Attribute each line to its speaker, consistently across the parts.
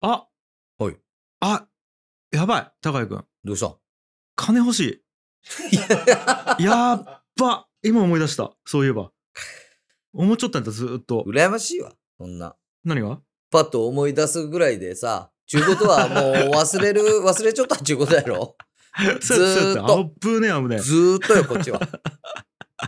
Speaker 1: あ
Speaker 2: はい。
Speaker 1: あやばい高井君
Speaker 2: どうした
Speaker 1: 金欲し いやっば今思い出したそういえば思っちゃったんだずーっと
Speaker 2: 羨ましいわ。そんな。
Speaker 1: 何が
Speaker 2: パッと思い出すぐらいでさ、ちゅうことはもう 忘れる、忘れちゃったっちゅうことやろ。ずーっと
Speaker 1: そうやったあぶねあぶね
Speaker 2: ずーっとよ、こっちは。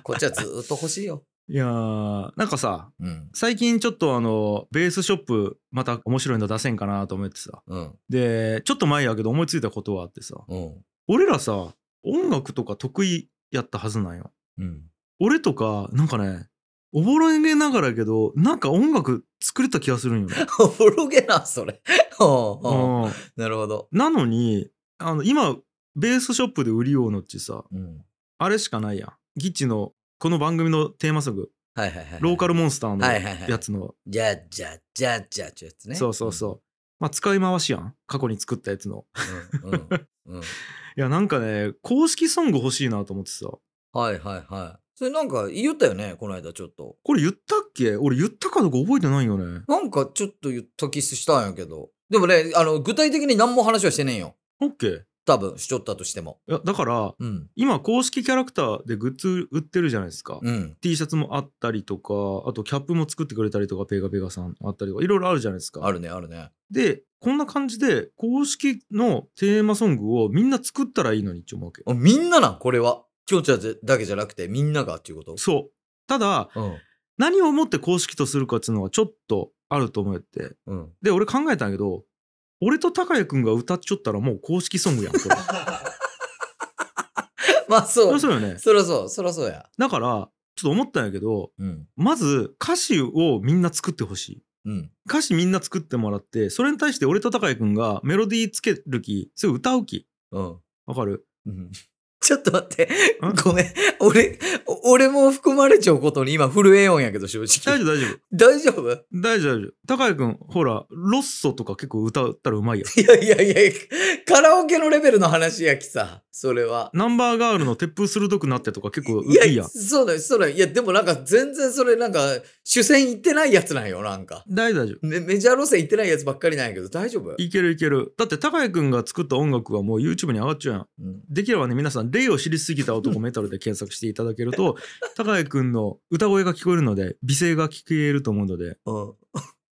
Speaker 2: こっちはずーっと欲しいよ。
Speaker 1: いやーなんかさ
Speaker 2: うん。
Speaker 1: 最近ちょっとあのベースショップまた面白いの出せんかなと思ってさ
Speaker 2: うん。
Speaker 1: でちょっと前やけど思いついたことはあってさ
Speaker 2: うん。
Speaker 1: 俺らさ音楽とか得意やったはずなんよ
Speaker 2: うん。
Speaker 1: 俺とかなんかねおぼろげながらやけどなんか音楽作れた気がするんよ ね、
Speaker 2: おぼろげな、それ。ほうほ
Speaker 1: うん、
Speaker 2: うなるほど。
Speaker 1: なのにあの今ベースショップで売りようのっちさ
Speaker 2: うん。
Speaker 1: あれしかないやんギッチのこの番組のテーマソング
Speaker 2: はいはいはい。
Speaker 1: ローカ
Speaker 2: ル。
Speaker 1: ルモンスター
Speaker 2: はいはいは
Speaker 1: の
Speaker 2: い
Speaker 1: やつの、
Speaker 2: じゃじゃじゃじゃちゅうやつね。
Speaker 1: そうそうそうまあ使い回しやん過去に作ったやつの
Speaker 2: うん。うん。うん。うん
Speaker 1: いやなんかね公式ソング欲しいなと思ってさ
Speaker 2: はいはいはい。それなんか言ったよね、この間ちょっと。
Speaker 1: これ言ったっけ俺言ったかどうか覚えてないよね
Speaker 2: なんかちょっと言った気したんやけど。でもね、あの、具体的に何も話はしてねえよ。
Speaker 1: オッケーい
Speaker 2: 多分、しちょったとしても。
Speaker 1: やだから
Speaker 2: うん。
Speaker 1: 今公式キャラクターでグッズ売ってるじゃないですか、
Speaker 2: うん。
Speaker 1: T シャツもあったりとかあとキャップも作ってくれたりとかペガペガさんあったりとかいろいろあるじゃないですか
Speaker 2: あるね、あるね。
Speaker 1: でこんな感じで公式のテーマソングをみんな作ったらいいのにって思うわけ
Speaker 2: あみんななん、これは。きょうちゃんだけじゃなくて、みんながっていうこと
Speaker 1: そうただ
Speaker 2: うん。
Speaker 1: 何をもって公式とするかっていうのはちょっとあると思って
Speaker 2: うん。
Speaker 1: で俺考えたんやけど俺と高谷君が歌っちゃったらもう公式ソング やんこれ
Speaker 2: まあ、
Speaker 1: そ
Speaker 2: そう
Speaker 1: りゃ。そうよね
Speaker 2: そらそう、そらそうや。
Speaker 1: だからちょっと思ったんやけど
Speaker 2: うん。
Speaker 1: まず歌詞をみんな作ってほしい
Speaker 2: うん。
Speaker 1: 歌詞みんな作ってもらってそれに対して俺と高谷君がメロディーつける気それ歌う気
Speaker 2: うん。
Speaker 1: わかる
Speaker 2: うん。 ちょっと待って
Speaker 1: ん。
Speaker 2: ごめん。俺、お俺も含まれちゃうことに今震えようんやけど、正
Speaker 1: 大
Speaker 2: 直。
Speaker 1: 丈夫大丈夫
Speaker 2: 大丈夫
Speaker 1: 大丈 夫大丈夫高谷君ほらロッソとか結構歌ったらうまいやん
Speaker 2: いやいやいや、カラオケのレベルの話やきさ、それは。
Speaker 1: ナンバーガールの鉄風鋭くなってとか結構う
Speaker 2: いや、
Speaker 1: いいやん
Speaker 2: そうだよ、そうだよ。いや、でもなんか全然それなんか、主戦行ってないやつなんよ、なんか。
Speaker 1: 大丈夫大丈夫
Speaker 2: メメジャー路線行ってないやつばっかりなんやけど、大丈夫
Speaker 1: いけるいけるだって高谷君が作った音楽はもう YouTube に上がっちゃうやん
Speaker 2: うん
Speaker 1: できればね皆さん「霊を知りすぎた男メタル」で検索していただける と高谷君の歌声が聞こえるので美声が聞けると思うので
Speaker 2: うん。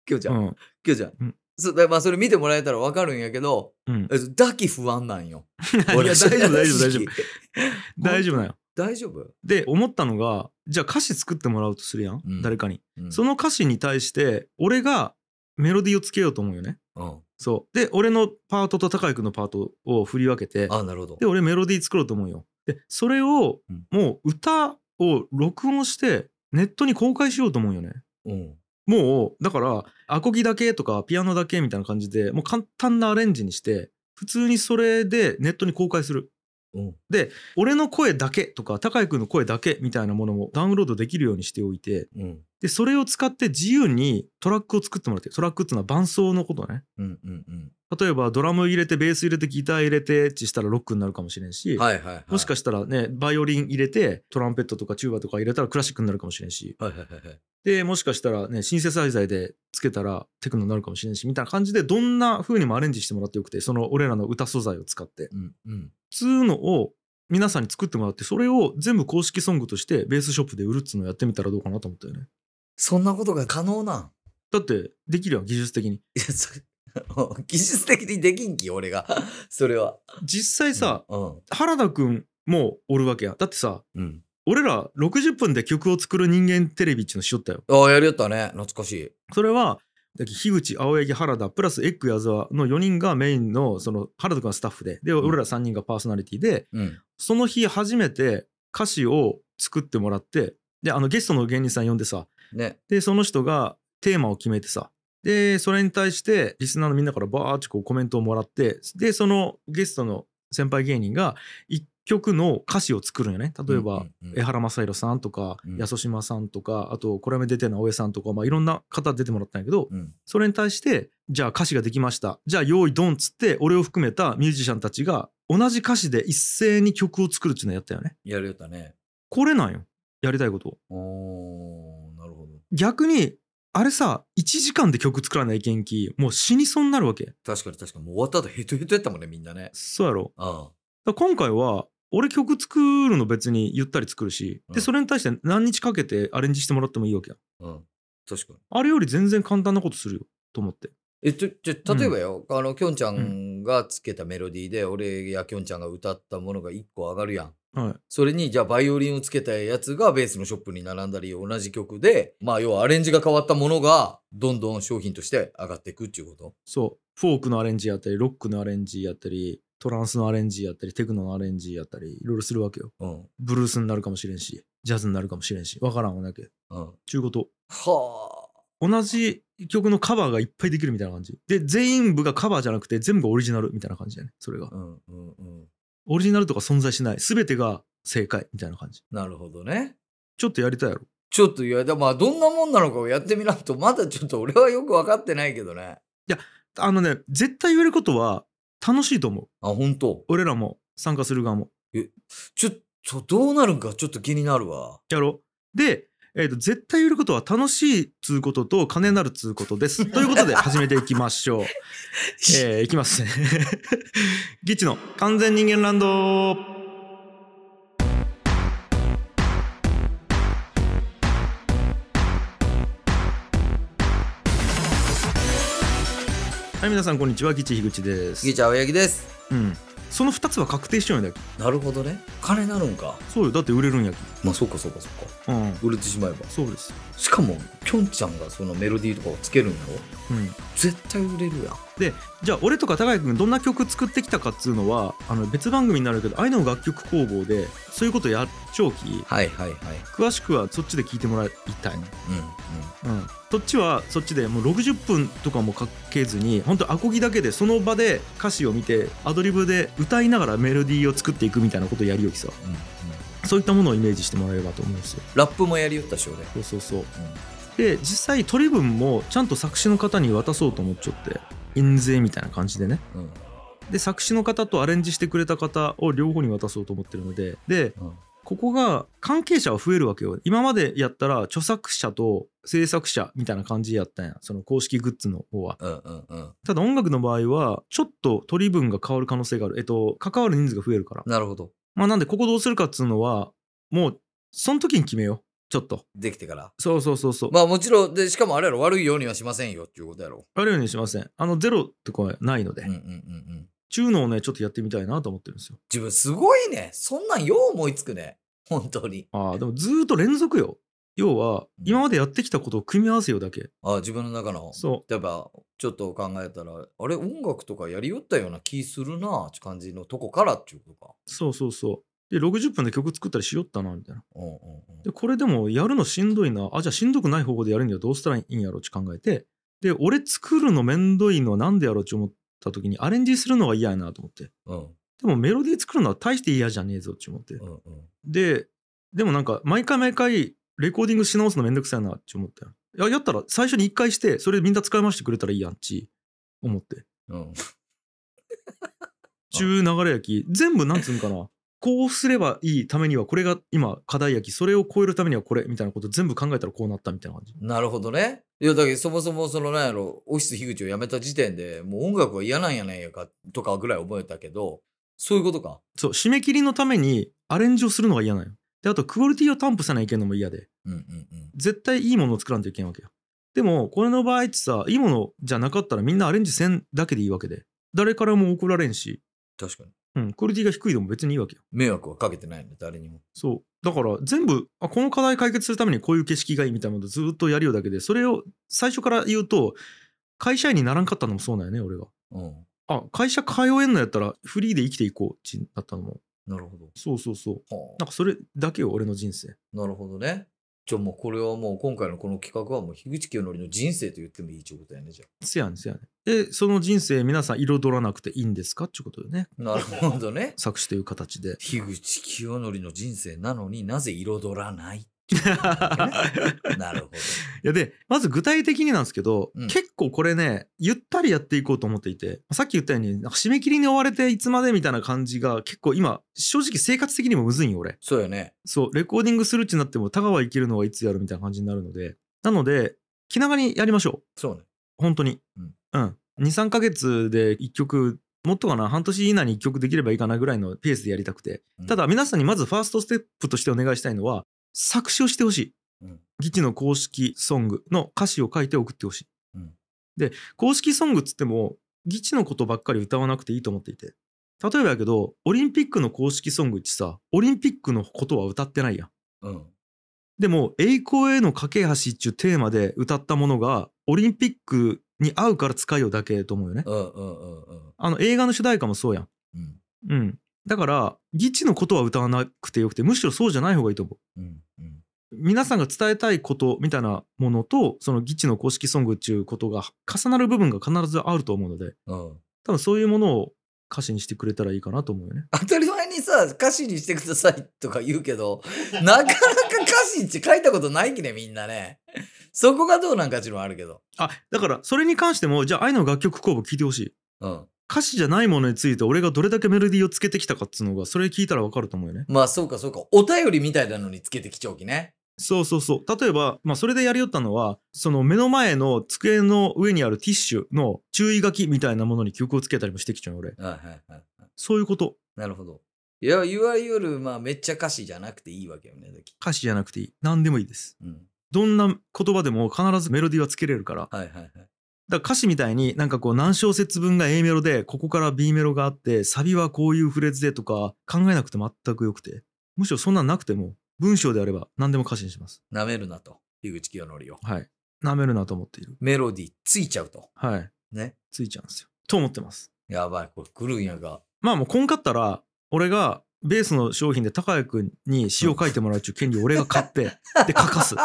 Speaker 2: きょうち
Speaker 1: う
Speaker 2: ゃん、
Speaker 1: ん
Speaker 2: きょうちゃ
Speaker 1: うん
Speaker 2: ん。そうだまあ、それ見てもらえたらわかるんやけど、
Speaker 1: うん
Speaker 2: えっと抱き不安なんよ。
Speaker 1: いや大丈夫大丈夫大丈夫
Speaker 2: 夫。
Speaker 1: 大丈夫なよ
Speaker 2: 大丈夫、
Speaker 1: で思ったのがじゃあ歌詞作ってもらうとするやん、
Speaker 2: うん
Speaker 1: 誰かに、
Speaker 2: うん、
Speaker 1: その歌詞に対して俺がメロディーをつけようと思うよね
Speaker 2: うん、
Speaker 1: そうで俺のパートと高井君のパートを振り分けて
Speaker 2: あ、なるほど
Speaker 1: で。俺メロディー作ろうと思うよでそれを
Speaker 2: うん
Speaker 1: もう歌を録音してネットに公開しようと思うよね
Speaker 2: うん。
Speaker 1: もうだからアコギだけとかピアノだけみたいな感じでもう簡単なアレンジにして普通にそれでネットに公開する
Speaker 2: うん。
Speaker 1: 俺の声だけとか高井君の声だけみたいなものもダウンロードできるようにしておいて
Speaker 2: うん。
Speaker 1: でそれを使って自由にトラックを作ってもらってトラックっていうのは伴奏のことね
Speaker 2: うん。うん。
Speaker 1: 例えばドラム入れてベース入れてギター入れてってしたらロックになるかもしれんし、
Speaker 2: うん。はいはいはい。
Speaker 1: もしか
Speaker 2: し
Speaker 1: したらねバイオリン入れてトランペットとかチューバとか入れたらクラシックになるかもしれんし
Speaker 2: はいはいはいはい。
Speaker 1: でもしかしたらねシンセサイザーでつけたらテクノになるかもしれんしみたいな感じでどんな風にもアレンジしてもらってよくてその俺らの歌素材を使って
Speaker 2: うん。うん。
Speaker 1: つうのを皆さんに作ってもらってそれを全部公式ソングとしてベースショップで売るっつうのやってみたらどうかなと思ったよね
Speaker 2: そんなことが可能なん
Speaker 1: だってできるやん技術的に
Speaker 2: いやそ 技術的にできんき俺がそれは
Speaker 1: 実際さ、
Speaker 2: うん
Speaker 1: 原田くんもおるわけやんだってさ
Speaker 2: うん
Speaker 1: 俺ら60分で曲を作る人間テレビっちゅうのしよったよ
Speaker 2: ああやりよったね懐かしい
Speaker 1: それはだっけ樋口青柳原田プラスエッグ矢沢の4人がメインのその原田くんはスタッフでで
Speaker 2: ん
Speaker 1: 俺ら3人がパーソナリティで
Speaker 2: うん
Speaker 1: その日初めて歌詞を作ってもらってであのゲストの芸人さん呼んでさ
Speaker 2: ね
Speaker 1: でその人がテーマを決めてさでそれに対してリスナーのみんなからバーッてこうコメントをもらってでそのゲストの先輩芸人が1曲の歌詞を作るんよね例えば、
Speaker 2: うんうん
Speaker 1: 江原正宏さんとか、
Speaker 2: うん
Speaker 1: 安島さんとかあとこれまで出てるのは大江さんとか、まあ、いろんな方出てもらったんやけど
Speaker 2: うん
Speaker 1: それに対してじゃあ歌詞ができましたじゃあ用意ドンっつって俺を含めたミュージシャンたちが同じ歌詞で一斉に曲を作るっていうのやったよね
Speaker 2: やりよったね
Speaker 1: これなんよやりたいこと
Speaker 2: おーなるほど
Speaker 1: 逆にあれさ1時間で曲作らないけんきもう死にそうになるわけ
Speaker 2: 確かに確かに。もう終わった後ヘトヘトやったもんね、みんなね。
Speaker 1: そうやろ
Speaker 2: うん。
Speaker 1: だから今回は俺曲作るの別にゆったり作るし、
Speaker 2: うん
Speaker 1: でそれに対して何日かけてアレンジしてもらってもいいわけや
Speaker 2: うん。確かに。
Speaker 1: あれより全然簡単なことするよと思って
Speaker 2: え、ちょ、ちょ、
Speaker 1: うん
Speaker 2: 例えばよ、あの、きょんちゃ
Speaker 1: うん
Speaker 2: がつけたメロディーで、俺やきょんちゃんが歌ったものが1個上がるやん。
Speaker 1: はい
Speaker 2: それに、じゃあ、バイオリンをつけたやつがベースのショップに並んだり、同じ曲で、まあ、要はアレンジが変わったものが、どんどん商品として上がっていくっていうこと。
Speaker 1: そうフォークのアレンジやったりロックのアレンジやったりトランスのアレンジやったりテクノのアレンジやったりいろいろするわけよ
Speaker 2: うん。
Speaker 1: ブルースになるかもしれんしジャズになるかもしれんしわからんわなけ
Speaker 2: うん。
Speaker 1: 中古と
Speaker 2: は
Speaker 1: 同じ曲のカバーがいっぱいできるみたいな感じで全部がカバーじゃなくて全部がオリジナルみたいな感じだねそれが
Speaker 2: あ。うんうんうん。
Speaker 1: オリジナルとか存在しない全てが正解みたいな感じ
Speaker 2: なるほどね。
Speaker 1: ちょっとやりたいやろ
Speaker 2: ちょっと、いや、でもまあ、どんなもんなのかをやってみないと、まだちょっと俺はよく分かってないけどね。
Speaker 1: あのね絶対言えることは楽しいと思う
Speaker 2: あ、本当。
Speaker 1: 俺らも参加する側も
Speaker 2: ちょっと、どうなるんかちょっと気になるわ。
Speaker 1: やろうで、えー、と絶対言えることは楽しいっつうことと金なるっつうこと ですということで始めていきま しょう、えー、いきますね ギッチの完全人間ランドはい皆さんこんにちはギッチ樋口です
Speaker 2: 次、じゃあ、青柳です。
Speaker 1: うん、その2つは確定しちゃうんやけ
Speaker 2: なるほどね金なるんか
Speaker 1: そうよだって売れるんや
Speaker 2: まあそうかそうかそうか
Speaker 1: けうん
Speaker 2: 売れてしまえば
Speaker 1: そうです
Speaker 2: しかもきょんちゃんがそのメロディーとかをつけるんやろ
Speaker 1: うん
Speaker 2: 絶対売れるやん
Speaker 1: でじゃあ俺とか高井君どんな曲作ってきたかっつうのはあの別番組になるけど愛の楽曲工房でそういうことやっちょうき
Speaker 2: はいはいはい
Speaker 1: 詳しくはそっちで聞いてもらいたいね
Speaker 2: うんうん
Speaker 1: うんそっちはそっちでもう60分とかもかけずに本当アコギだけでその場で歌詞を見てアドリブで歌いながらメロディーを作っていくみたいなことをやりよきさ
Speaker 2: うんうん
Speaker 1: そういったものをイメージしてもらえればと思うんですよ
Speaker 2: ラップもやりよったし俺
Speaker 1: そうそうそうで実際取り分もちゃんと作詞の方に渡そうと思っちゃって印税みたいな感じでね
Speaker 2: うんうん
Speaker 1: で作詞の方とアレンジしてくれた方を両方に渡そうと思ってるのでで
Speaker 2: うん
Speaker 1: ここが関係者は増えるわけよ今までやったら著作者と制作者みたいな感じやったんやその公式グッズの方は
Speaker 2: うんうんうん
Speaker 1: ただ音楽の場合はちょっと取り分が変わる可能性があるえっと関わる人数が増えるから
Speaker 2: なるほど
Speaker 1: まあなんでここどうするかっつうのはもうその時に決めようちょっと
Speaker 2: できてから
Speaker 1: そうそうそうそう
Speaker 2: まあもちろんでしかもあれやろ悪いようにはしませんよっていうことやろ
Speaker 1: あるようにしませんあのゼロってこれないので、
Speaker 2: うんうんうんうん
Speaker 1: ちゅうのをね、ちょっとやってみたいなと思ってるんですよ。
Speaker 2: 自分すごいねそんなんよう思いつくね本当に
Speaker 1: ああ、でもずーっと連続よ。要は、
Speaker 2: うん
Speaker 1: 今までやってきたことを組み合わせようだけ。
Speaker 2: あ自分の中の
Speaker 1: そ
Speaker 2: 例えばちょっと考えたらあれ音楽とかやりよったような気するなって感じのとこからっていうことか。
Speaker 1: う、そうそうそう。で、60分で曲作ったりしよったな、みたいな。
Speaker 2: うんうんう
Speaker 1: で、これでもやるのしんどいな。あ、じゃあしんどくない方法でやるにはどうしたらいいんやろうって考えて。で、俺作るのめんどいのはなんでやろうって思った時に、アレンジするのは嫌やなと思って。
Speaker 2: んうん
Speaker 1: でもメロディー作るのは大して嫌じゃねえぞって思って。
Speaker 2: うん
Speaker 1: で、でもなんか、毎回毎回、レコーディングし直すのめんどくさいなって思ったよ。いや、やったら最初に一回して、それみんな使い回してくれたらいいやんち、思って。
Speaker 2: うんうん
Speaker 1: 中流れ焼き、全部なんつうんかな。こうすればいいためには、これが今、課題焼き、それを超えるためにはこれ、みたいなこと全部考えたらこうなったみたいな感じ。
Speaker 2: なるほどね。いやだけどそもそもそのなんやろオフィス樋口を辞めた時点でもう音楽は嫌なんやねんやかとかぐらい覚えたけどそういうことか。
Speaker 1: そう、締め切りのためにアレンジをするのが嫌なんよ。で、あと、クオリティを担保さないけんのも嫌で、
Speaker 2: うんうんうん。
Speaker 1: 絶対いいものを作らんといけんわけよ。でも、これの場合ってさ、いいものじゃなかったらみんなアレンジせんだけでいいわけで、誰からも怒られんし、
Speaker 2: 確かに。
Speaker 1: うん、クオリティが低いでも別にいいわけよ。
Speaker 2: 迷惑はかけてないんで誰にも。
Speaker 1: そう。だから全部、あ、この課題解決するためにこういう景色がいいみたいなことずっとやるようだけで、それを最初から言うと、会社員にならんかったのもそうなんよね、俺が。
Speaker 2: うん。
Speaker 1: あ、会社通えんのやったらフリーで生きていこうちなったのも。
Speaker 2: なるほど。
Speaker 1: そうそうそう。
Speaker 2: は
Speaker 1: なんかそれだけよ、俺の人生。
Speaker 2: あ、なるほどね。じゃあもうこれはもう今回のこの企画はもう樋口清則の人生と言ってもいいってことやねじゃあ。
Speaker 1: せやねんせやねん。で、その人生皆さん彩らなくていいんですかってことよね。。
Speaker 2: なるほどね
Speaker 1: 作詞という形で。
Speaker 2: 樋口清則の人生なのになぜ彩らないなるほど。
Speaker 1: いやでまず具体的になんですけど、
Speaker 2: うん
Speaker 1: 結構これねゆったりやっていこうと思っていてさっき言ったようになんか締め切りに追われていつまでみたいな感じが結構今正直生活的にもむずいんよ俺
Speaker 2: そうよね。
Speaker 1: そうレコーディングするってなっても田川行けるのはいつやるみたいな感じになるのでなので気長にやりましょう
Speaker 2: そうね。
Speaker 1: 本当に
Speaker 2: うん、
Speaker 1: うん23ヶ月で1曲もっとかな半年以内に1曲できればいいかなぐらいのペースでやりたくて、
Speaker 2: うん
Speaker 1: ただ皆さんにまずファーストステップとしてお願いしたいのは作詞をしてほしい、
Speaker 2: うん
Speaker 1: ギチの公式ソングの歌詞を書いて送ってほしい、
Speaker 2: うん
Speaker 1: で公式ソングっつってもギチのことばっかり歌わなくていいと思っていて例えばやけどオリンピックの公式ソングってさオリンピックのことは歌ってないやん
Speaker 2: うん。
Speaker 1: でも「栄光への架け橋」っていうテーマで歌ったものがオリンピックに合うから使いようだけと思うよね。
Speaker 2: うんうんうんうん
Speaker 1: あの映画の主題歌もそうやん。
Speaker 2: うん
Speaker 1: うん。だからギチのことは歌わなくてよくてむしろそうじゃない方がいいと思う。
Speaker 2: うんうん
Speaker 1: 皆さんが伝えたいことみたいなものとそのギチの公式ソングっていうことが重なる部分が必ずあると思うので
Speaker 2: うん
Speaker 1: 多分そういうものを歌詞にしてくれたらいいかなと思うよね。
Speaker 2: 当たり前にさ歌詞にしてくださいとか言うけどなかなか歌詞って書いたことないきねみんなねそこがどうなんかちろんあるけど
Speaker 1: あだからそれに関してもじゃあ愛の楽曲公募聞いてほしい。
Speaker 2: うん
Speaker 1: 歌詞じゃないものについて俺がどれだけメロディーをつけてきたかっつうのがそれ聞いたらわかると思うよね。
Speaker 2: まあそうかそうかお便りみたいなのにつけてきちょうきね
Speaker 1: そうそうそう。例えば、まあ、それでやりよったのはその目の前の机の上にあるティッシュの注意書きみたいなものに曲をつけたりもしてきちゃうよ俺。
Speaker 2: はいはいはい
Speaker 1: そういうこと
Speaker 2: なるほどいやいわゆるまあめっちゃ歌詞じゃなくていいわけよねだき
Speaker 1: 歌詞じゃなくていい何でもいいです。
Speaker 2: うん
Speaker 1: どんな言葉でも必ずメロディーはつけれるからだか
Speaker 2: はいはいはい
Speaker 1: ら歌詞みたいになんかこう何小節分が A メロでここから B メロがあってサビはこういうフレーズでとか考えなくて全くよくてむしろそんなんなくても文章であれば何でも歌詞にします。
Speaker 2: なめるなと樋口清則を
Speaker 1: はい。舐めるなと思っている。
Speaker 2: メロディーついちゃうと
Speaker 1: はい。
Speaker 2: ね
Speaker 1: ついちゃうんですよ。と思ってます。
Speaker 2: やばいこれ来るんやが
Speaker 1: まあもうこんかったら、俺がベースの商品で高谷君に詩を書いてもらうっていう権利を俺が買 って、で、書かす。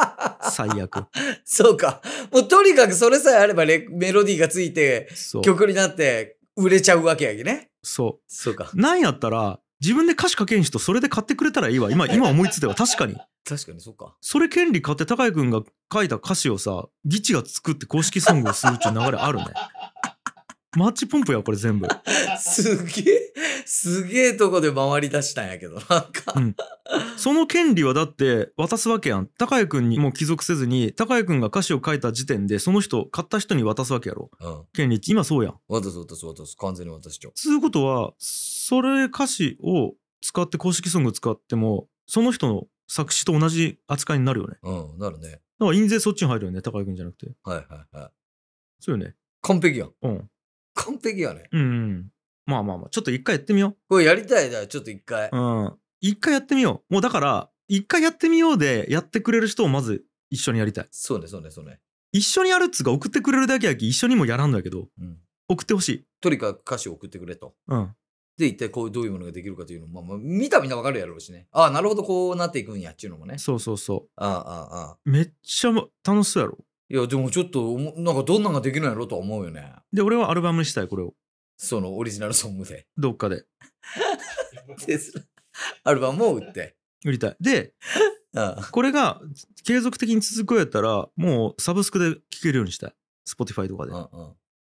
Speaker 1: 最悪。
Speaker 2: そうか。もうとにかくそれさえあればレメロディーがついて
Speaker 1: そう。
Speaker 2: 曲になって売れちゃうわけやきね。
Speaker 1: そ
Speaker 2: そうか。
Speaker 1: う。なんやったら、自分で歌詞書けん人、それで買ってくれたらいいわ。今、今思いついたわ。確かに。
Speaker 2: 確かにそうか。
Speaker 1: それ権利買って高谷君が書いた歌詞をさ、ギチが作って公式ソングをするっていう流れあるね。マッチポンプや、これ全部。
Speaker 2: すげえ、すげえとこで回り出したんやけど、なんか。
Speaker 1: その権利はだって渡すわけやん高谷君にも帰属せずに高谷君が歌詞を書いた時点でその人買った人に渡すわけやろ
Speaker 2: うん。
Speaker 1: 権利って今そうやん
Speaker 2: 渡す渡す渡す。完全に渡しちゃう。
Speaker 1: つうことはそれ歌詞を使って公式ソング使ってもその人の作詞と同じ扱いになるよね
Speaker 2: うん、なるね。
Speaker 1: だから印税そっちに入るよね高谷君じゃなくて
Speaker 2: はいはいはい。
Speaker 1: そうよね
Speaker 2: 完璧やん。
Speaker 1: うん
Speaker 2: 完璧やね。
Speaker 1: うんうんまあまあまあちょっと一回やってみよ
Speaker 2: これやりたいだ、ちょっと一回
Speaker 1: う。うん一回やってみようもうだから一回やってみようでやってくれる人をまず一緒にやりたい
Speaker 2: そうね、そうね、そうね。
Speaker 1: 一緒にやるっつうか送ってくれるだけやき一緒にもやらんのやけど
Speaker 2: うん。
Speaker 1: 送ってほしい。
Speaker 2: とにかく歌詞を送ってくれと。
Speaker 1: うん。
Speaker 2: で、一体こうどういうものができるかというのも、まあ、まあ、見たらみんなわかるやろうしね。ああ、なるほど、こうなっていくんやっていうのもね。
Speaker 1: そうそうそ
Speaker 2: ああ、ああ、あ
Speaker 1: う。
Speaker 2: あ。
Speaker 1: めっちゃ楽しそうやろ。
Speaker 2: いや、でもちょっとおも、なんかどんなんができるんやろとは思うよね。
Speaker 1: で、俺はアルバムにしたい、これを。
Speaker 2: そのオリジナルソングで。
Speaker 1: どっかで。
Speaker 2: でそのアルバムを売って。
Speaker 1: 売りたい。で、
Speaker 2: うん
Speaker 1: これが継続的に続くようやったら、もうサブスクで聴けるようにしたい。Spotify とかで
Speaker 2: う。んうん。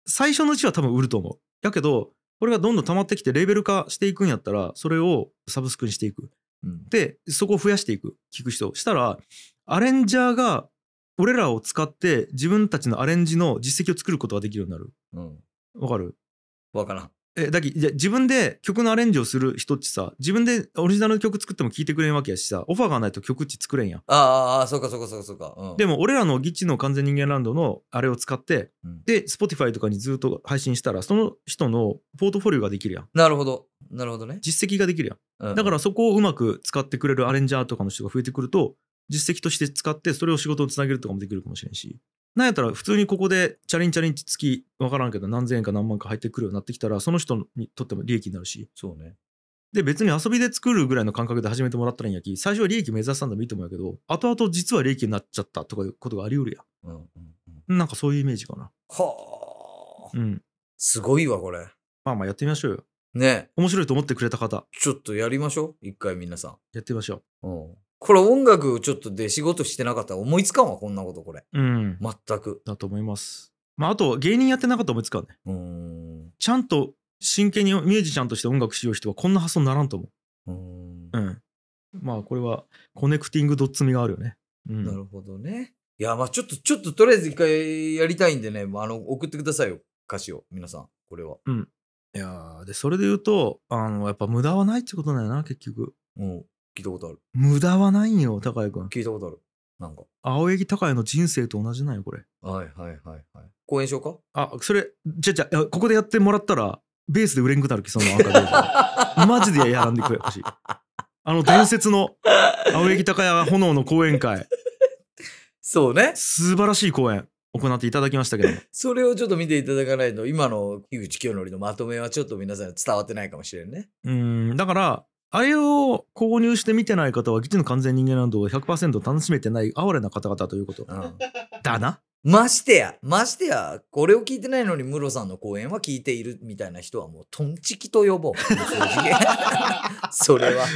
Speaker 1: 最初のうちは多分売ると思う。やけど、これがどんどん溜まってきてレーベル化していくんやったら、それをサブスクにしていく。
Speaker 2: うん
Speaker 1: で、そこを増やしていく。聞く人を。したら、アレンジャーが、俺らを使って自分たちのアレンジの実績を作ることができるようになる。
Speaker 2: うん。
Speaker 1: わかる
Speaker 2: わからん。
Speaker 1: えだきじゃあ自分で曲のアレンジをする人ってさ自分でオリジナルの曲作っても聴いてくれんわけやしさオファーがないと曲っち作れんやん
Speaker 2: ああああ、そうかそうかそうかそうか。うん、
Speaker 1: でも俺らのギッチの完全人間ランドのあれを使って、
Speaker 2: うん
Speaker 1: で Spotify とかにずっと配信したらその人のポートフォリオができるやん
Speaker 2: なるほど。なるほどね。
Speaker 1: 実績ができるやん
Speaker 2: うん
Speaker 1: だからそこをうまく使ってくれるアレンジャーとかの人が増えてくると実績として使ってそれを仕事をつなげるとかもできるかもしれんしなんやったら普通にここでチャリンチャリンって月分からんけど何千円か何万か入ってくるようになってきたらその人にとっても利益になるし
Speaker 2: そうね。
Speaker 1: で別に遊びで作るぐらいの感覚で始めてもらったらいいんやき最初は利益目指したんでもいいと思うんやけど後々実は利益になっちゃったとかいうことがあり得る
Speaker 2: うんうんうん、
Speaker 1: やんなんかそういうイメージかな
Speaker 2: はあ。
Speaker 1: うん
Speaker 2: すごいわ、これ。
Speaker 1: まあまあやってみましょうよ
Speaker 2: ね
Speaker 1: 面白いと思ってくれた方
Speaker 2: ちょっとやりましょう。一回皆さ
Speaker 1: やってみましょ
Speaker 2: ん。うん。これ音楽ちょっとで仕事してなかったら思いつかんわ、こんなこと、これ。
Speaker 1: ううん
Speaker 2: 全く。
Speaker 1: だと思いますまああと芸人やってなかったら思いつかんね
Speaker 2: うーん。
Speaker 1: ちゃんと真剣にミュージシャンとして音楽しよう人はこんな発想にならんと思
Speaker 2: うーん
Speaker 1: ううんまあこれはコネクティングドッツ味があるよねうん
Speaker 2: なるほどね。いや、まあちょっと、ちょっととりあえず一回やりたいんでね、まああの、送ってくださいよ。歌詞を。皆さん、これは。
Speaker 1: いやーでそれで言うとあのやっぱ無駄はないってことだよな結局
Speaker 2: うん。聞いたことある。
Speaker 1: 無駄はないんよ高井君
Speaker 2: 聞いたことある。なんか。
Speaker 1: 青柳高井の人生と同じなんよこれ
Speaker 2: はいはいはいはい。講演しようか
Speaker 1: あそれじゃじゃあここでやってもらったらベースで売れんくなるきその赤でマジでやらんでくれほしいあの伝説の青柳高屋炎の講演会
Speaker 2: そうね。
Speaker 1: 素晴らしい講演行っていただきましたけども
Speaker 2: それをちょっと見ていただかないと、今の樋口清則のまとめはちょっと皆さんに伝わってないかもしれんね。
Speaker 1: うーんだからあれを購入して見てない方は実の完全人間ランドを100%楽しめてない哀れな方々ということ
Speaker 2: うん。
Speaker 1: だな
Speaker 2: ましてや、ましてや、これを聞いてないのに、ムロさんの講演は聞いているみたいな人は、もう、トンチキと呼ぼう。正直それは。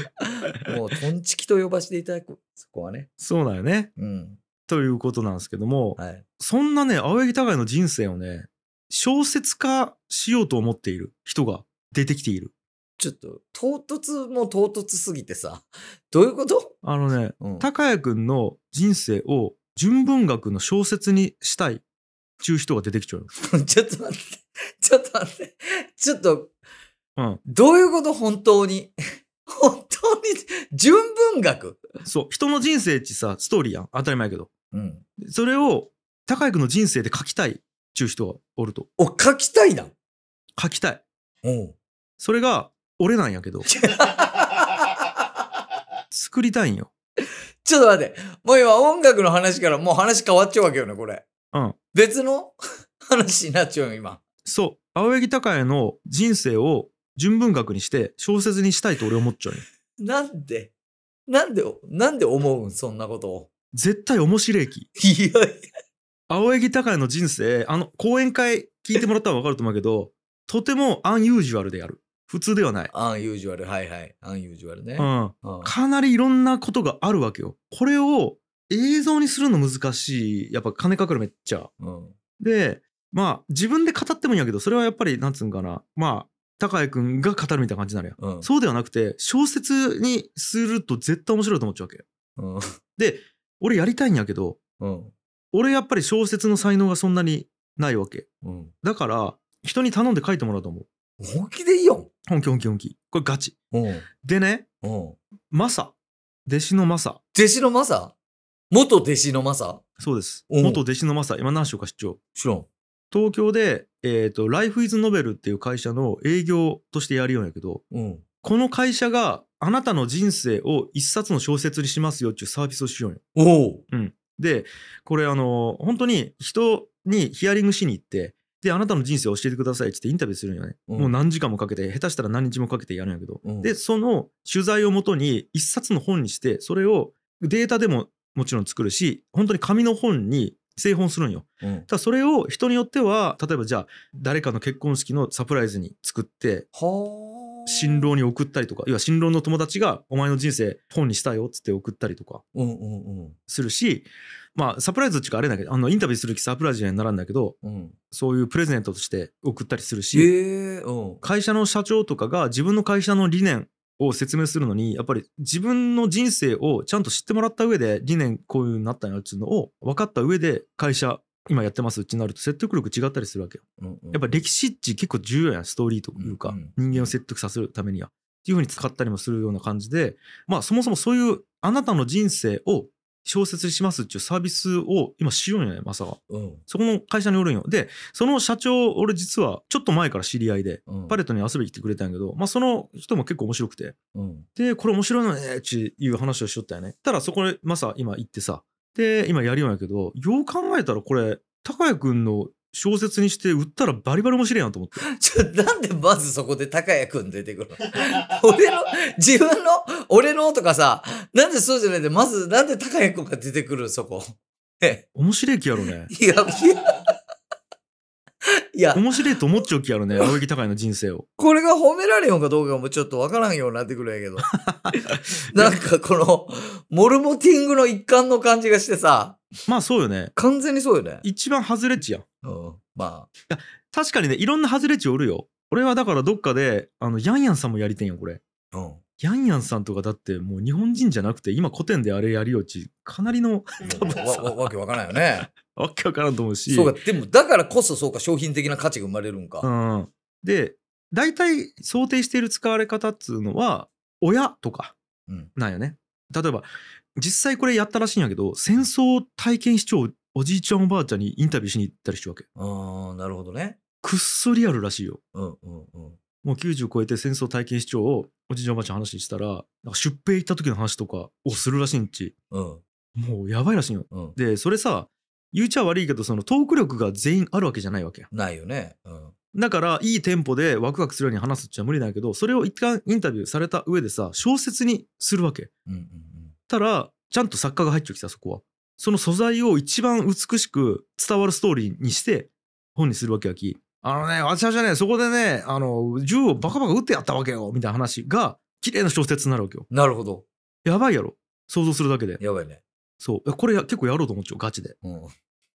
Speaker 2: もう、トンチキと呼ばせていただく。そこはね。
Speaker 1: そうだよね
Speaker 2: うん。
Speaker 1: ということなんですけども、
Speaker 2: はい。
Speaker 1: そんなね青柳高井の人生をね小説化しようと思っている人が出てきている
Speaker 2: ちょっと、唐突も唐突すぎてさ、どういうこと
Speaker 1: あのね
Speaker 2: うん。
Speaker 1: 高谷くんの人生を純文学の小説にしたいちゅう人が出てきちゃうよ。
Speaker 2: ちょっと待って。ちょっと待って。ちょっと、
Speaker 1: うん、
Speaker 2: どういうこと本当に。本当に、純文学。
Speaker 1: そう人の人生ってさストーリーやん当たり前やけど
Speaker 2: うん。
Speaker 1: それを高谷くんの人生で書きたいちゅう人がおると
Speaker 2: お、書きたいな。
Speaker 1: 書きたい
Speaker 2: うん。
Speaker 1: それが俺なんやけど作りたいんよ
Speaker 2: ちょっと待って。もう今音楽の話からもう話変わっちゃうわけよね、これ。
Speaker 1: うん。
Speaker 2: 別の 話になっちゃうよ、今。
Speaker 1: そう青柳高谷の人生を純文学にして小説にしたいと俺思っちゃうよ
Speaker 2: なんでなんで、なんで思うんそんなことを。
Speaker 1: 絶対面白いき
Speaker 2: いやいや。
Speaker 1: 青柳高也の人生あの講演会聞いてもらったら分かると思うけど とてもアンユージュアルである普通ではない、
Speaker 2: アンユージュアル、はいはい。アンユージュアルね。
Speaker 1: うん、
Speaker 2: うん
Speaker 1: かなりいろんなことがあるわけよこれを映像にするの難しいやっぱ金かかるめっちゃ
Speaker 2: うん。
Speaker 1: でまあ自分で語ってもいいんやけどそれはやっぱりなんつうんかなまあ高谷くんが語るみたいな感じになるやん
Speaker 2: うん。
Speaker 1: そうではなくて小説にすると絶対面白いと思っちゃうわけ
Speaker 2: うん。
Speaker 1: 俺やりたいんやけど
Speaker 2: うん。
Speaker 1: 俺やっぱり小説の才能がそんなにないわけ
Speaker 2: うん。
Speaker 1: だから人に頼んで書いてもらうと思う
Speaker 2: 本気でいいよ。
Speaker 1: 本気本気本気これガチ
Speaker 2: うん。うん。
Speaker 1: でね
Speaker 2: 弟
Speaker 1: マサ弟子のマサ
Speaker 2: 子のマサ元弟子のマサ
Speaker 1: そうです
Speaker 2: おう
Speaker 1: 元弟子のマサ今何章か出張
Speaker 2: 知らん。
Speaker 1: 東京で、えー、とライフイズノベルっていう会社の営業としてやるようんやけど
Speaker 2: うん。
Speaker 1: この会社があなたの人生を一冊の小説にしますよっていうサービスをしようんよ
Speaker 2: おう。
Speaker 1: でこれあの本当に人にヒアリングしに行ってであなたの人生を教えてくださいって言ってインタビューするんよね、
Speaker 2: うん
Speaker 1: もう何時間もかけて下手したら何日もかけてやるんやけど、
Speaker 2: うん
Speaker 1: でその取材をもとに一冊の本にしてそれをデータでももちろん作るし本当に紙の本に製本するんよ
Speaker 2: うん。
Speaker 1: ただそれを人によっては例えばじゃあ誰かの結婚式のサプライズに作って
Speaker 2: はあ。
Speaker 1: 新。郎に送ったりとか要は新郎の友達が「お前の人生本にしたよ」っつって送ったりとか
Speaker 2: うんうんうん。
Speaker 1: するしまあサプライズっていうかあれだけどあのインタビューする時サプライズにはならんだけど
Speaker 2: うん。
Speaker 1: そういうプレゼントとして送ったりするし、
Speaker 2: ええうん。
Speaker 1: 会社の社長とかが自分の会社の理念を説明するのにやっぱり自分の人生をちゃんと知ってもらった上で理念こういうふうになったんやっていうのを分かった上で会社今やってますってなると説得力違ったりするわけよ。
Speaker 2: うんうん
Speaker 1: やっぱ歴史って結構重要やんストーリーというか、
Speaker 2: うん
Speaker 1: 人間を説得させるためにはっていうふうに使ったりもするような感じでまあそもそもそういうあなたの人生を小説にしますっていうサービスを今しようんやねマサは。
Speaker 2: うん。
Speaker 1: そこの会社におるんよ。でその社長俺実はちょっと前から知り合いで
Speaker 2: うん。
Speaker 1: パレットに遊びに来てくれたんやけど、まあ、その人も結構面白くて
Speaker 2: うん。
Speaker 1: でこれ面白いのねっていう話をしとったよねただそこでマサ今行ってさで今やるようんやけどよう考えたらこれ高谷くんの小説にして売ったらバリバリ面白いやんと思って
Speaker 2: ちょ、なんでまずそこで高谷くん出てくるの 俺の、自分の、俺のとかさ、なんでそうじゃないで、まずなんで高谷くんが出てくるそこ。
Speaker 1: 面白い気やろね
Speaker 2: いや、いや、いや、
Speaker 1: 面白いと思っちゃう気やろね青柳高谷の人生を
Speaker 2: これが褒められようかどうかもちょっとわからんようになってくるんやけど。 なんかこの、モルモティングの一環の感じがしてさ、
Speaker 1: まあそうよね
Speaker 2: 完全にそうよね。
Speaker 1: 一番外れ値やん
Speaker 2: うん、まあ、
Speaker 1: 確かにねいろんな外れ値おるよ俺はだからどっかであのヤンヤンさんもやりてんよこれ
Speaker 2: うん。
Speaker 1: ヤンヤンさんとかだってもう日本人じゃなくて今古典であれやりよちかなりの多分
Speaker 2: わわわけわからないよね。
Speaker 1: わけわからんと思うし
Speaker 2: そうか、でもだからこそそうか、商品的な価値が生まれるんか。
Speaker 1: うん、で大体想定している使われ方っつうのは親とか
Speaker 2: うん
Speaker 1: なんよね、例えば実際これやったらしいんやけど戦争体験市長おじいちゃんおばあちゃんにインタビューしに行ったりしてるわけ
Speaker 2: ああ、なるほどね。
Speaker 1: くっそリアルらしいよ
Speaker 2: うんうんうん。
Speaker 1: もう90超えて戦争体験市長をおじいちゃんおばあちゃんの話にしたらなんか出兵行った時の話とかをするらしいんち
Speaker 2: うん
Speaker 1: もうやばいらしいんよ
Speaker 2: うん。
Speaker 1: でそれさ言うちゃ悪いけどそのトーク力が全員あるわけじゃないわけ
Speaker 2: ないよね。うん。
Speaker 1: だからいいテンポでワクワクするように話すっちゃ無理なんやけどそれを一旦インタビューされた上でさ小説にするわけ
Speaker 2: うんうん
Speaker 1: たらちゃんと作家が入ってきたそこはその素材を一番美しく伝わるストーリーにして本にするわけやきあのね私はじゃねそこでねあの銃をバカバカ撃ってやったわけよみたいな話が綺麗な小説になるわけよ
Speaker 2: うん。なるほど。
Speaker 1: やばいやろ想像するだけで
Speaker 2: やばいね。
Speaker 1: そうこれや結構やろうと思っちゃうガチで
Speaker 2: うん。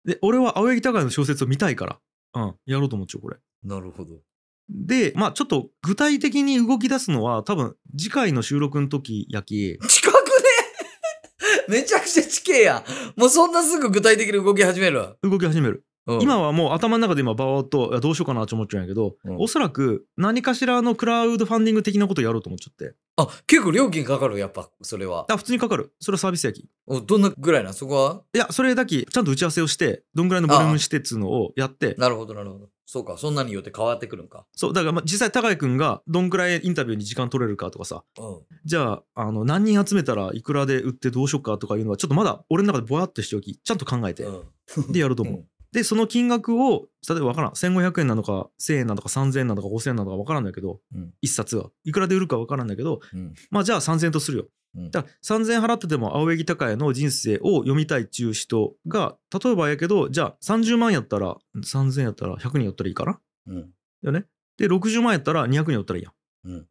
Speaker 1: で俺は青柳高也の小説を見たいからうんやろうと思っちゃうこれ
Speaker 2: なるほど。
Speaker 1: で、まあちょっと具体的に動き出すのは多分次回の収録の時やき、
Speaker 2: 近くね めちゃくちゃ近えやん。もうそんなすぐ具体的に動き始める。
Speaker 1: 動き始める。
Speaker 2: うん、
Speaker 1: 今はもう頭の中で今バーっといやどうしようかなって思っちゃうんやけど、
Speaker 2: うん
Speaker 1: おそらく何かしらのクラウドファンディング的なことやろうと思っちゃって。だか
Speaker 2: あ、結構料金かかる、やっぱ、それは。
Speaker 1: ら普通にかかる。それはサービスやき。い
Speaker 2: おどんなぐらいな、そこは
Speaker 1: や、それだけちゃんと打ち合わせをして、どんぐらいのボリュームにしてっつうのをやって、
Speaker 2: なるほど、なるほど。そうか、そんなによって変わってくるんか。
Speaker 1: そう、だからまあ実際高井くんがどんぐらいインタビューに時間取れるかとかさ、
Speaker 2: うん。
Speaker 1: じゃあ、あの、何人集めたらいくらで売ってどうしようかとかいうのはちょっとまだ俺の中でぼやっとしておき、ちゃんと考えて、
Speaker 2: うん
Speaker 1: でやろうと思う。でその金額を例えば分からん1500円なのか1000円なのか3000円なのか5000円なのか分からんだけど、
Speaker 2: うん
Speaker 1: 一冊はいくらで売るか分からんだけど
Speaker 2: うん。
Speaker 1: まあじゃあ3000円とするよ
Speaker 2: うん。
Speaker 1: だから3000円払ってても青柳高也の人生を読みたいっちゅう人が例えばやけどじゃあ30万やったら3000円やったら100人やったらいいかな
Speaker 2: うん。
Speaker 1: よねで60万やったら200人やったらいいやん、
Speaker 2: うん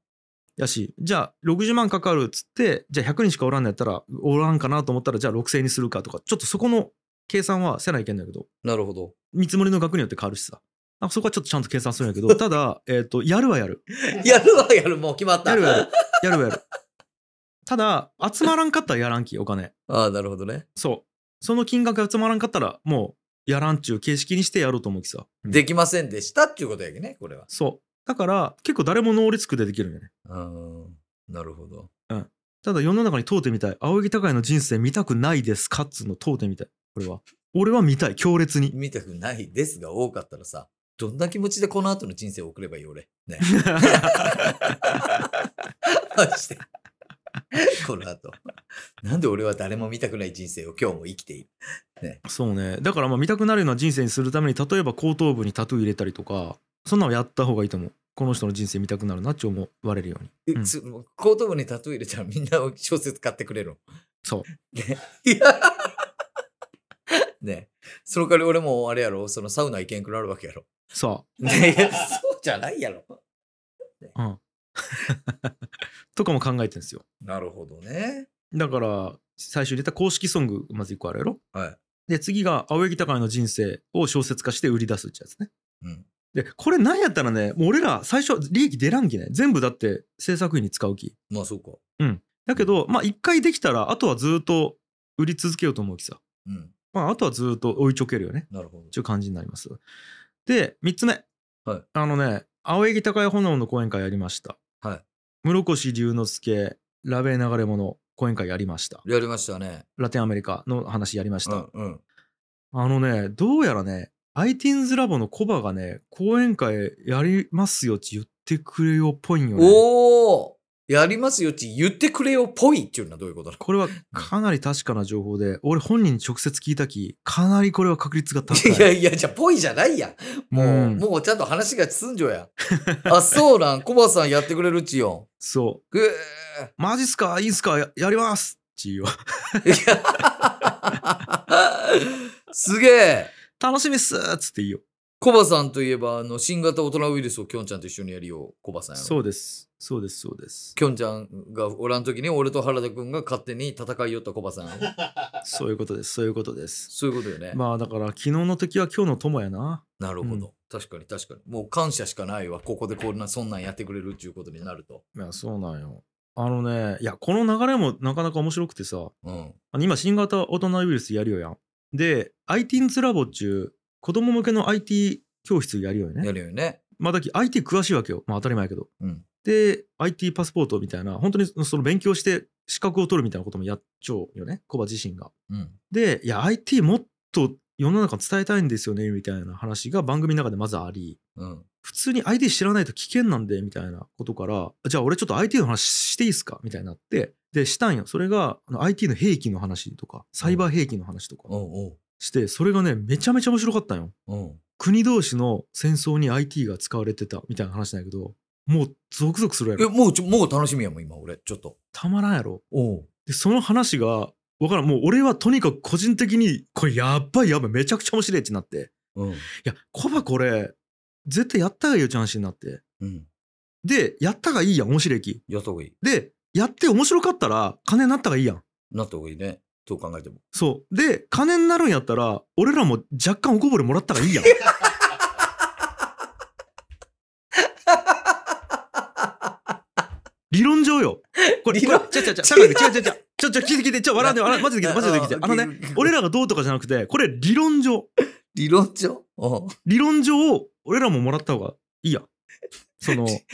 Speaker 1: やしじゃあ60万かかるっつってじゃあ100人しかおらんのやったらおらんかなと思ったらじゃあ6000円にするかとかちょっとそこの計算はせないけんだけど
Speaker 2: なるほ ど。
Speaker 1: 見積もりの額によって変わるしさ。なんかそこはちょっとちゃんと計算するんや けど、ただ、えっ、と、やるはやる。
Speaker 2: やるわ、やる、もう決まった。
Speaker 1: やるはやる。やるはやる。ただ、集まらんかったらやらんき、お金。
Speaker 2: ああ、なるほどね。
Speaker 1: そう。その金額が集まらんかったら、もう、やらんちゅう形式にしてやろうと思うきさ。
Speaker 2: できませんでしたっていうことやけね、これは。
Speaker 1: そう。だから、結構誰もノーリスクでできるんよね。
Speaker 2: うん。なるほど。
Speaker 1: ただ、世の中に問うてみたい。青柳高也の人生見たくないですかっつうの問うてみたい。これは。俺は見たい。強烈に。
Speaker 2: 見たくないですが多かったらさ、どんな気持ちでこの後の人生を送ればいい俺。ね。 マジで。この後。なんで俺は誰も見たくない人生を今日も生きている。
Speaker 1: そうね。だからまあ見たくなるような人生にするために、例えば後頭部にタトゥー入れたりとか、そんなのやった方がいいと思う。この人の人生見たくなるなって思われるように。
Speaker 2: え
Speaker 1: うん
Speaker 2: つもう後頭部にタトゥー入れたらみんな小説買ってくれる
Speaker 1: そう。
Speaker 2: の。いや。 ねその代わり俺もあれやろ、そのサウナ行けんくなるわけやろ。
Speaker 1: そ
Speaker 2: ね いやそうじゃないやろ。
Speaker 1: う。うん。 とかも考えてんですよ。
Speaker 2: なるほどね。
Speaker 1: だから、最初に言った公式ソング、まず1個あるやろ。
Speaker 2: はい。
Speaker 1: で、次が、青柳高也の人生を小説化して売り出すってやつね。
Speaker 2: うん。
Speaker 1: で、これなんやったらね、もう俺ら最初利益出らんきね。全部だって制作費に使うき。
Speaker 2: まあそうか。
Speaker 1: だけど、まあ一回できたら、あとはずっと売り続けようと思うきさ。
Speaker 2: うん。
Speaker 1: まああとはずっと追いちょけるよね。
Speaker 2: なるほ
Speaker 1: っていう感じになります。で、3つ目。
Speaker 2: はい
Speaker 1: あのね、青柳高屋炎の講演会やりました。
Speaker 2: はい。
Speaker 1: 室越龍之介、ラベー流れ物講演会やりました。
Speaker 2: ど。やりましたね。
Speaker 1: ラテンアメリカの話やりました。
Speaker 2: うんうん。
Speaker 1: あのね、どうやらね、ITINS ラボのコバがね、講演会やりますよって言ってくれよっぽいんよね。
Speaker 2: おおやりますよち言ってくれよっぽいっていうのはどういうことなの
Speaker 1: これはかなり確かな情報で、俺本人に直接聞いたき、かなりこれは確率が高い。
Speaker 2: いやいや、じゃあ、ぽいじゃないやん。もう、
Speaker 1: うん
Speaker 2: もうちゃんと話が進んじょ や。あ、そうなん、コバさんやってくれるっちよ。
Speaker 1: そう。
Speaker 2: ぐー。
Speaker 1: マジっすかいいんすかややりますっていうよ。
Speaker 2: いやすげえ。
Speaker 1: 楽しみっすっつっていいよ。
Speaker 2: コバさんといえば、あの、新型大人ウイルスをきょんちゃんと一緒にやるよ、コバさんやろ。
Speaker 1: そうです。そうです。そうです。
Speaker 2: きょんちゃんがおらん時に、俺と原田くんが勝手に戦いよったコバさん。
Speaker 1: そういうことです。そういうことです。
Speaker 2: そういうことよね。
Speaker 1: まあだから昨日の敵は今日の友やな。
Speaker 2: なるほど。確かに確かに。もう感謝しかないわ。ここでこんな、そんなんやってくれるっていうことになると。
Speaker 1: いやそうなんよ。あのねいやこの流れもなかなか面白くてさ
Speaker 2: うん。
Speaker 1: あの今新型オトナウイルスやるよやんで IT ンズラボっちゅう子供向けの IT 教室やるよ
Speaker 2: や
Speaker 1: ね
Speaker 2: るよね。
Speaker 1: まあだき IT 詳しいわけよまあ当たり前やけど
Speaker 2: うん。
Speaker 1: で IT パスポートみたいな本当にその勉強して資格を取るみたいなこともやっちゃうよねコバ自身が
Speaker 2: うん。
Speaker 1: でいや IT もっと世の中伝えたいんですよねみたいな話が番組の中でまずあり
Speaker 2: うん。
Speaker 1: 普通に IT 知らないと危険なんでみたいなことからじゃあ俺ちょっと IT の話していいですかみたいになってでしたんよそれがあの IT の兵器の話とかサイバー兵器の話とか
Speaker 2: おう
Speaker 1: してそれがねめちゃめちゃ面白かったんよ
Speaker 2: おう。うん。
Speaker 1: 国同士の戦争に IT が使われてたみたいな話なんやけどもうゾクゾクするや
Speaker 2: え、
Speaker 1: ろ
Speaker 2: もうちょ、もう楽しみやもん、今、俺。ちょっと。
Speaker 1: たまらんやろ
Speaker 2: おう。
Speaker 1: でその話がわからんもう俺はとにかく個人的にこれやっばいやばいめちゃくちゃ面白いってなって
Speaker 2: うん。
Speaker 1: いや、コバこれ、絶対やったがいいよ、チャンシーになって。
Speaker 2: うん。
Speaker 1: で、やったがいいやん、面白いき。
Speaker 2: やった方がいい。
Speaker 1: で、やって面白かったら、金になったがいいやん。
Speaker 2: なった方がいいね。そう考えても。
Speaker 1: そう。で、金になるんやったら、俺らも若干おこぼれもらったがいいやん。理論上よ。これ、
Speaker 2: 理
Speaker 1: これ
Speaker 2: 論、
Speaker 1: ちゃちゃちゃ、ちゃ、違う違う違う。ちょ、ちょ、聞いて聞いて、ちょ、笑わんで、笑わんでマジで聞いて、マジで聞いて。あのね、
Speaker 2: ね
Speaker 1: 俺らがどうとかじゃなくて、これ理論上。
Speaker 2: 理論上うん
Speaker 1: 理論上、俺らももらった方がいいやん。その、
Speaker 2: 理論上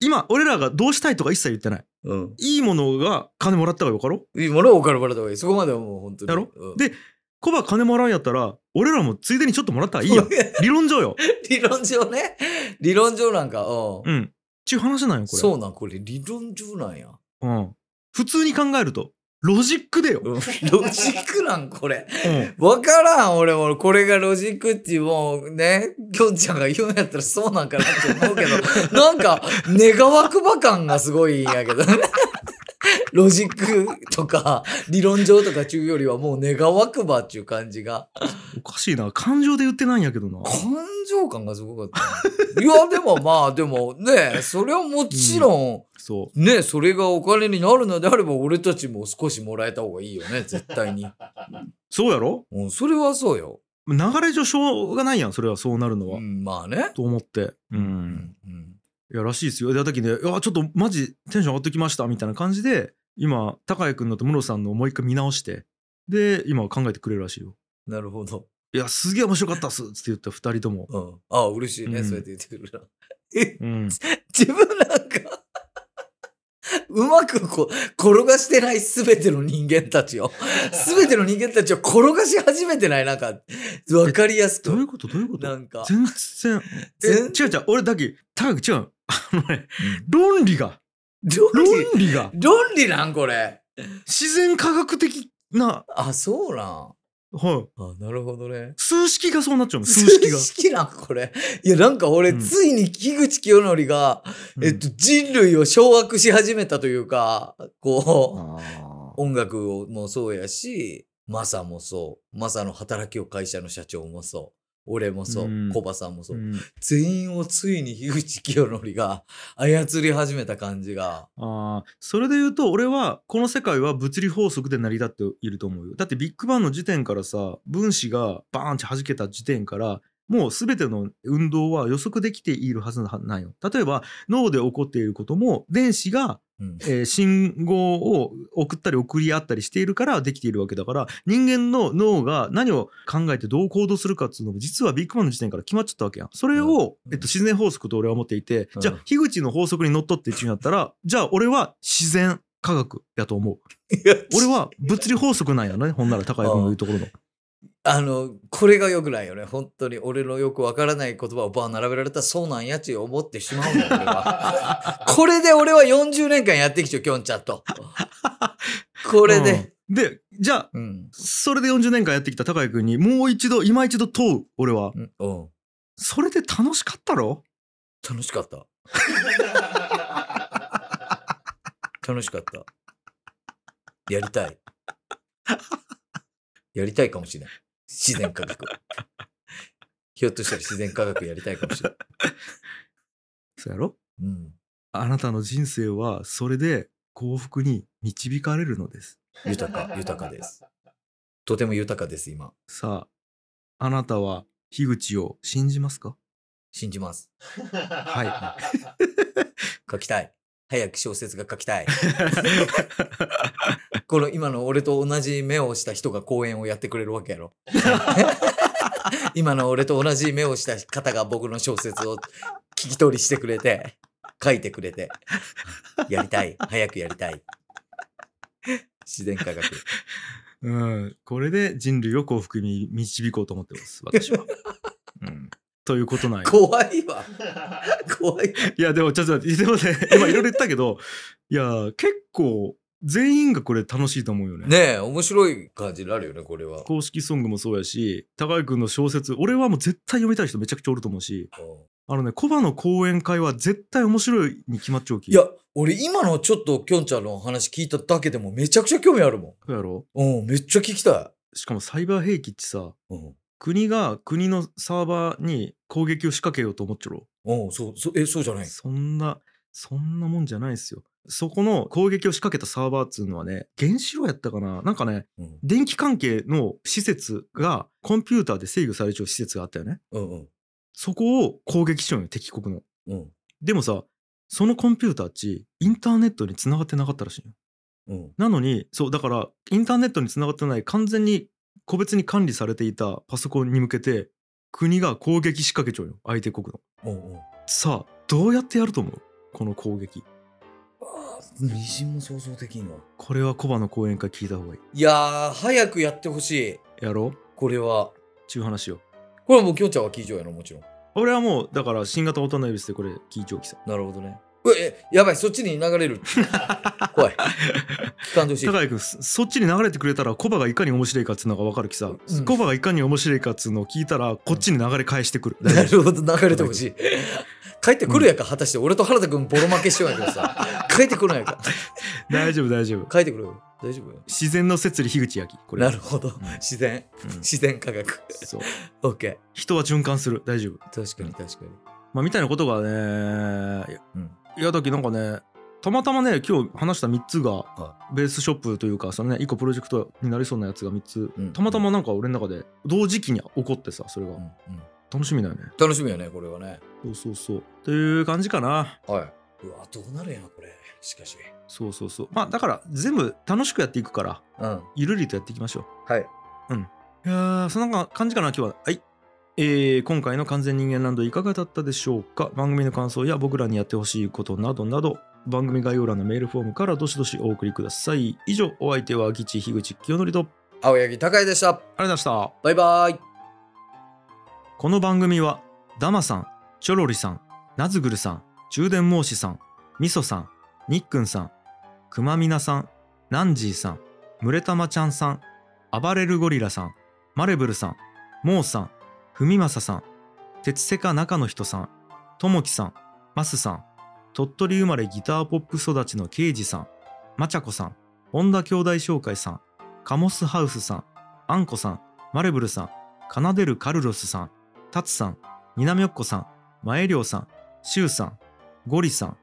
Speaker 1: 今、俺らがどうしたいとか一切言ってない。
Speaker 2: うん。
Speaker 1: いいものが金もらった方がよかろ
Speaker 2: いいものをお金もらった方がいい。そこまではもう本当に。
Speaker 1: やろ
Speaker 2: うん
Speaker 1: でコバ金もらうんやったら、俺らもついでにちょっともらったらいいやん。理論上 よ。
Speaker 2: 理論上ね。理論上なんか。うん。
Speaker 1: うん。ちゅう話なんよ、これ。
Speaker 2: そうなん、これ理論上なんや。
Speaker 1: うん。普通に考えると、ロジックでよ。
Speaker 2: ロジックなん、これ。
Speaker 1: うん。
Speaker 2: わからん、俺も。これがロジックっていう、もうね、きょんちゃんが言うんやったらそうなんかなって思うけど、 なんか、願わくば感がすごいんやけどね。 ロジックとか、理論上とか中よりはもう願わくばっていう感じが。
Speaker 1: おかしいな。感情で言ってないんやけどな。
Speaker 2: 感情感がすごかったね。いや、でもまあ、でもね、それはもちろん、
Speaker 1: そ
Speaker 2: ねそれがお金になるのであれば俺たちも少しもらえた方がいいよね絶対に、
Speaker 1: う。そうやろ
Speaker 2: うん、それはそうよ、
Speaker 1: 流れ上しょうがないやん、それはそうなるのは。
Speaker 2: うん、まあね
Speaker 1: と思って。う。
Speaker 2: うんんうん
Speaker 1: いや、らしいですよ。で、だきね、いや、ちょっとマジテンション上がってきました、みたいな感じで、今、高井くんのと室さんのをもう一回見直して、で、今考えてくれるらしいよ。
Speaker 2: なるほど、
Speaker 1: いや、すげえ面白かったっすっつって言った二人とも。
Speaker 2: うん、ああ嬉しいね、
Speaker 1: うん
Speaker 2: そうやって言ってくれるな え
Speaker 1: うん。
Speaker 2: 自分なんか うまくこう転がしてない全ての人間たち を全ての人間たちを転がし始めてないなんか分かりやすく
Speaker 1: どういうことどういうこ
Speaker 2: な
Speaker 1: と
Speaker 2: んか
Speaker 1: 全然。え、違う
Speaker 2: 全
Speaker 1: 違う。俺だけ、高く違う。あのね、論理が、
Speaker 2: 論
Speaker 1: 論
Speaker 2: 理
Speaker 1: 理が、
Speaker 2: 論理なんこれ
Speaker 1: 自然科学的な、
Speaker 2: あそうなん
Speaker 1: はい。
Speaker 2: あなるほどね
Speaker 1: 数式がそうなっちゃうの、数
Speaker 2: 数
Speaker 1: 式が。
Speaker 2: 式なんこれ。いや、なんか俺、
Speaker 1: うん
Speaker 2: ついに木口清則が、えっと、人類を掌握し始めたというか、
Speaker 1: う
Speaker 2: こ
Speaker 1: ん、
Speaker 2: う、音楽をもそうやし、マサもそう、マサの働きを会社の社長もそう、俺もそうう、
Speaker 1: ん
Speaker 2: コバさんもそう、
Speaker 1: うん
Speaker 2: 全員をついに木口清則が 操り始めた感じが。
Speaker 1: あーそれで言うと俺はこの世界は物理法則で成り立っていると思うよだってビッグバンの時点からさ分子がバーンって弾けた時点からもう全ての運動は予測できているはずなんよ例えば脳で起こっていることも電子が、
Speaker 2: うん
Speaker 1: えー信号を送ったり送り合ったりしているからできているわけだから人間の脳が何を考えてどう行動するかっていうのも実はビッグバンの時点から決まっちゃったわけやんそれを、
Speaker 2: うん
Speaker 1: えっと、自然法則と俺は思っていて、
Speaker 2: うん
Speaker 1: じゃあ樋口の法則にのっとって一緒になったらじゃあ俺は自然科学やと思う俺は物理法則なんやねほんなら高井君の言うところの
Speaker 2: あの、これが良くないよね。本当に俺のよくわからない言葉をバー並べられたらそうなんやって思ってしまうんだよ、俺 は。これで俺は40年間やってきちゃう、きょんちゃん と。 これで。、
Speaker 1: うんでじゃあ
Speaker 2: うん。
Speaker 1: それで40年間やってきた高井君にもう一度今一度問う俺は
Speaker 2: うん。うん
Speaker 1: それで楽しかったろ
Speaker 2: 楽しかった。楽しかった。やりたい。やりたいかもしれない。自然科学。ひょっとしたら自然科学やりたいかもしれない。
Speaker 1: そうやろ
Speaker 2: うん。
Speaker 1: あなたの人生はそれで幸福に導かれるのです
Speaker 2: 豊か、豊かです。とても豊かです、今。
Speaker 1: さああなたは樋口を信じますか
Speaker 2: 信じます。
Speaker 1: はい
Speaker 2: 書きたい。早く小説が書きたい。この今の俺と同じ目をした人が講演をやってくれるわけやろ。今の俺と同じ目をした方が僕の小説を聞き取りしてくれて、書いてくれて、やりたい、早くやりたい。自然科学。
Speaker 1: うん、これで人類を幸福に導こうと思ってます私 は、うん。ということなんや。
Speaker 2: 怖いわ。怖い。
Speaker 1: いやでもちょっと待ってでも ね今いろいろ言ったけどいや結構全員がこれ楽しいと思うよね。
Speaker 2: ねえ、面白い感じになるよね、これは。
Speaker 1: 公式ソングもそうやし高井君の小説俺はもう絶対読みたい人めちゃくちゃおると思うし
Speaker 2: うん
Speaker 1: あのねコバの講演会は絶対面白いに決まっちゃうき
Speaker 2: いや、俺今のちょっときょんちゃんの話聞いただけでもめちゃくちゃ興味あるも
Speaker 1: そうやろ
Speaker 2: ん。うん、めっちゃ聞きた
Speaker 1: しかもサイバー兵器ってさ
Speaker 2: い。うん。
Speaker 1: 国が国のサーバーに攻撃を仕掛けようと思っちゃろ
Speaker 2: うん、そう、そう、え、そうじゃない。
Speaker 1: そんな、そんなもんじゃないですよ。そこの攻撃を仕掛けたサーバーっつうのはね、原子炉やったかななんかね、
Speaker 2: うん、
Speaker 1: 電気関係の施設が、コンピューターで制御されちゃう施設があったよね。
Speaker 2: うん、うん、
Speaker 1: そこを攻撃しようよ、敵国の。
Speaker 2: うん、
Speaker 1: でもさ、そのコンピューターっち、インターネットに繋がってなかったらしいよ。
Speaker 2: うん、
Speaker 1: なのに、そう、だから、インターネットに繋がってない、完全に個別に管理されていたパソコンに向けて、国が攻撃仕掛けちゃうよ、相手国の。
Speaker 2: うん、うん。あ
Speaker 1: さあ、どうやってやると思うこの攻撃。
Speaker 2: ー微塵も想像できんわ。
Speaker 1: これはコバの講演会聞いた方がいい。
Speaker 2: いやー、早くやってほしい。
Speaker 1: やろう
Speaker 2: これは。
Speaker 1: ちゅう話を。
Speaker 2: これはもうきょんちゃんは聞いちゃうやろ、もちろん。
Speaker 1: 俺はもう、だから新型オタナウイルスでこれ聞いちゃおきさ。
Speaker 2: なるほどね。うわえ、やばい、そっちに流れ る。怖い。聞かんでほしい。
Speaker 1: 高井君、そそっちに流れてくれたらコバがいかに面白いかっつうのが分かるきさ、
Speaker 2: うん
Speaker 1: コバがいかに面白いかっつうのを聞いたら、こっちに流れ返してく る。
Speaker 2: な
Speaker 1: 大丈
Speaker 2: るほど、流れてほしい。帰ってくるやんか、果たして。俺と原田君ボロ負けしてるやけど さ。帰ってくるんやんか。
Speaker 1: 夫、大丈夫、大丈 夫。
Speaker 2: 書いてくれよ。大丈夫よ。
Speaker 1: 自然の摂理、樋口焼き。これ。
Speaker 2: なるほど。
Speaker 1: ん
Speaker 2: 自然。
Speaker 1: うん
Speaker 2: 自然科学。
Speaker 1: そう。
Speaker 2: OK。
Speaker 1: 人は循環する。大丈夫。
Speaker 2: 確かに確かに。
Speaker 1: まあ、みたいなことがね、
Speaker 2: うん
Speaker 1: いやだけなんかねたまたまね今日話した3つが
Speaker 2: は
Speaker 1: ベースショップというかそのね1個プロジェクトになりそうなやつが3つ、
Speaker 2: うん
Speaker 1: たまたまなんか俺の中で同時期に起こってさそれが、
Speaker 2: うんうん
Speaker 1: 楽しみだよね
Speaker 2: 楽しみやね、これはね。
Speaker 1: そうそうそうという感じかな
Speaker 2: はい。うわ、どうなるんやな、これ。しかし。
Speaker 1: そうそうそうまあだから全部楽しくやっていくから
Speaker 2: うん。は
Speaker 1: ゆるりとやっていきましょ
Speaker 2: い。
Speaker 1: ういやーそんな感じかな今日ははいえー今回の完全人間ランドいかがだったでしょうか番組の感想や僕らにやってほしいことなどなど番組概要欄のメールフォームからどしどしお送りください以上お相手はギチ樋口清則とありがとう
Speaker 2: 青柳高也でした。
Speaker 1: ございました
Speaker 2: バイバイ。
Speaker 1: この番組はダマさんチョロリさんナズグルさん中電申しさんみそさんにっくんさんくまみなさんナンジーさんむれたまちゃんさん暴れるゴリラさんマレブルさんモーさんふみまささん鉄セカ中の人さんともきさんマスさん鳥取生まれギターポップ育ちのケイジさんまちゃこさん本田兄弟紹介さんカモスハウスさんあんこさんマレブルさん奏でるカルロスさんタツさん、になみょっこさん、まえりょうさん、しゅうさん、ゴリさん、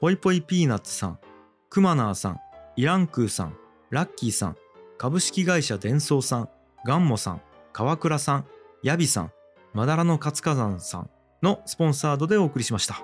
Speaker 1: ぽいぽいピーナッツさん、くまなーさん、イランクーさん、ラッキーさん、株式会社デンソーさん、ガンモさん、川倉さん、ヤビさん、まだらの活火山さんのスポンサードでお送りしました。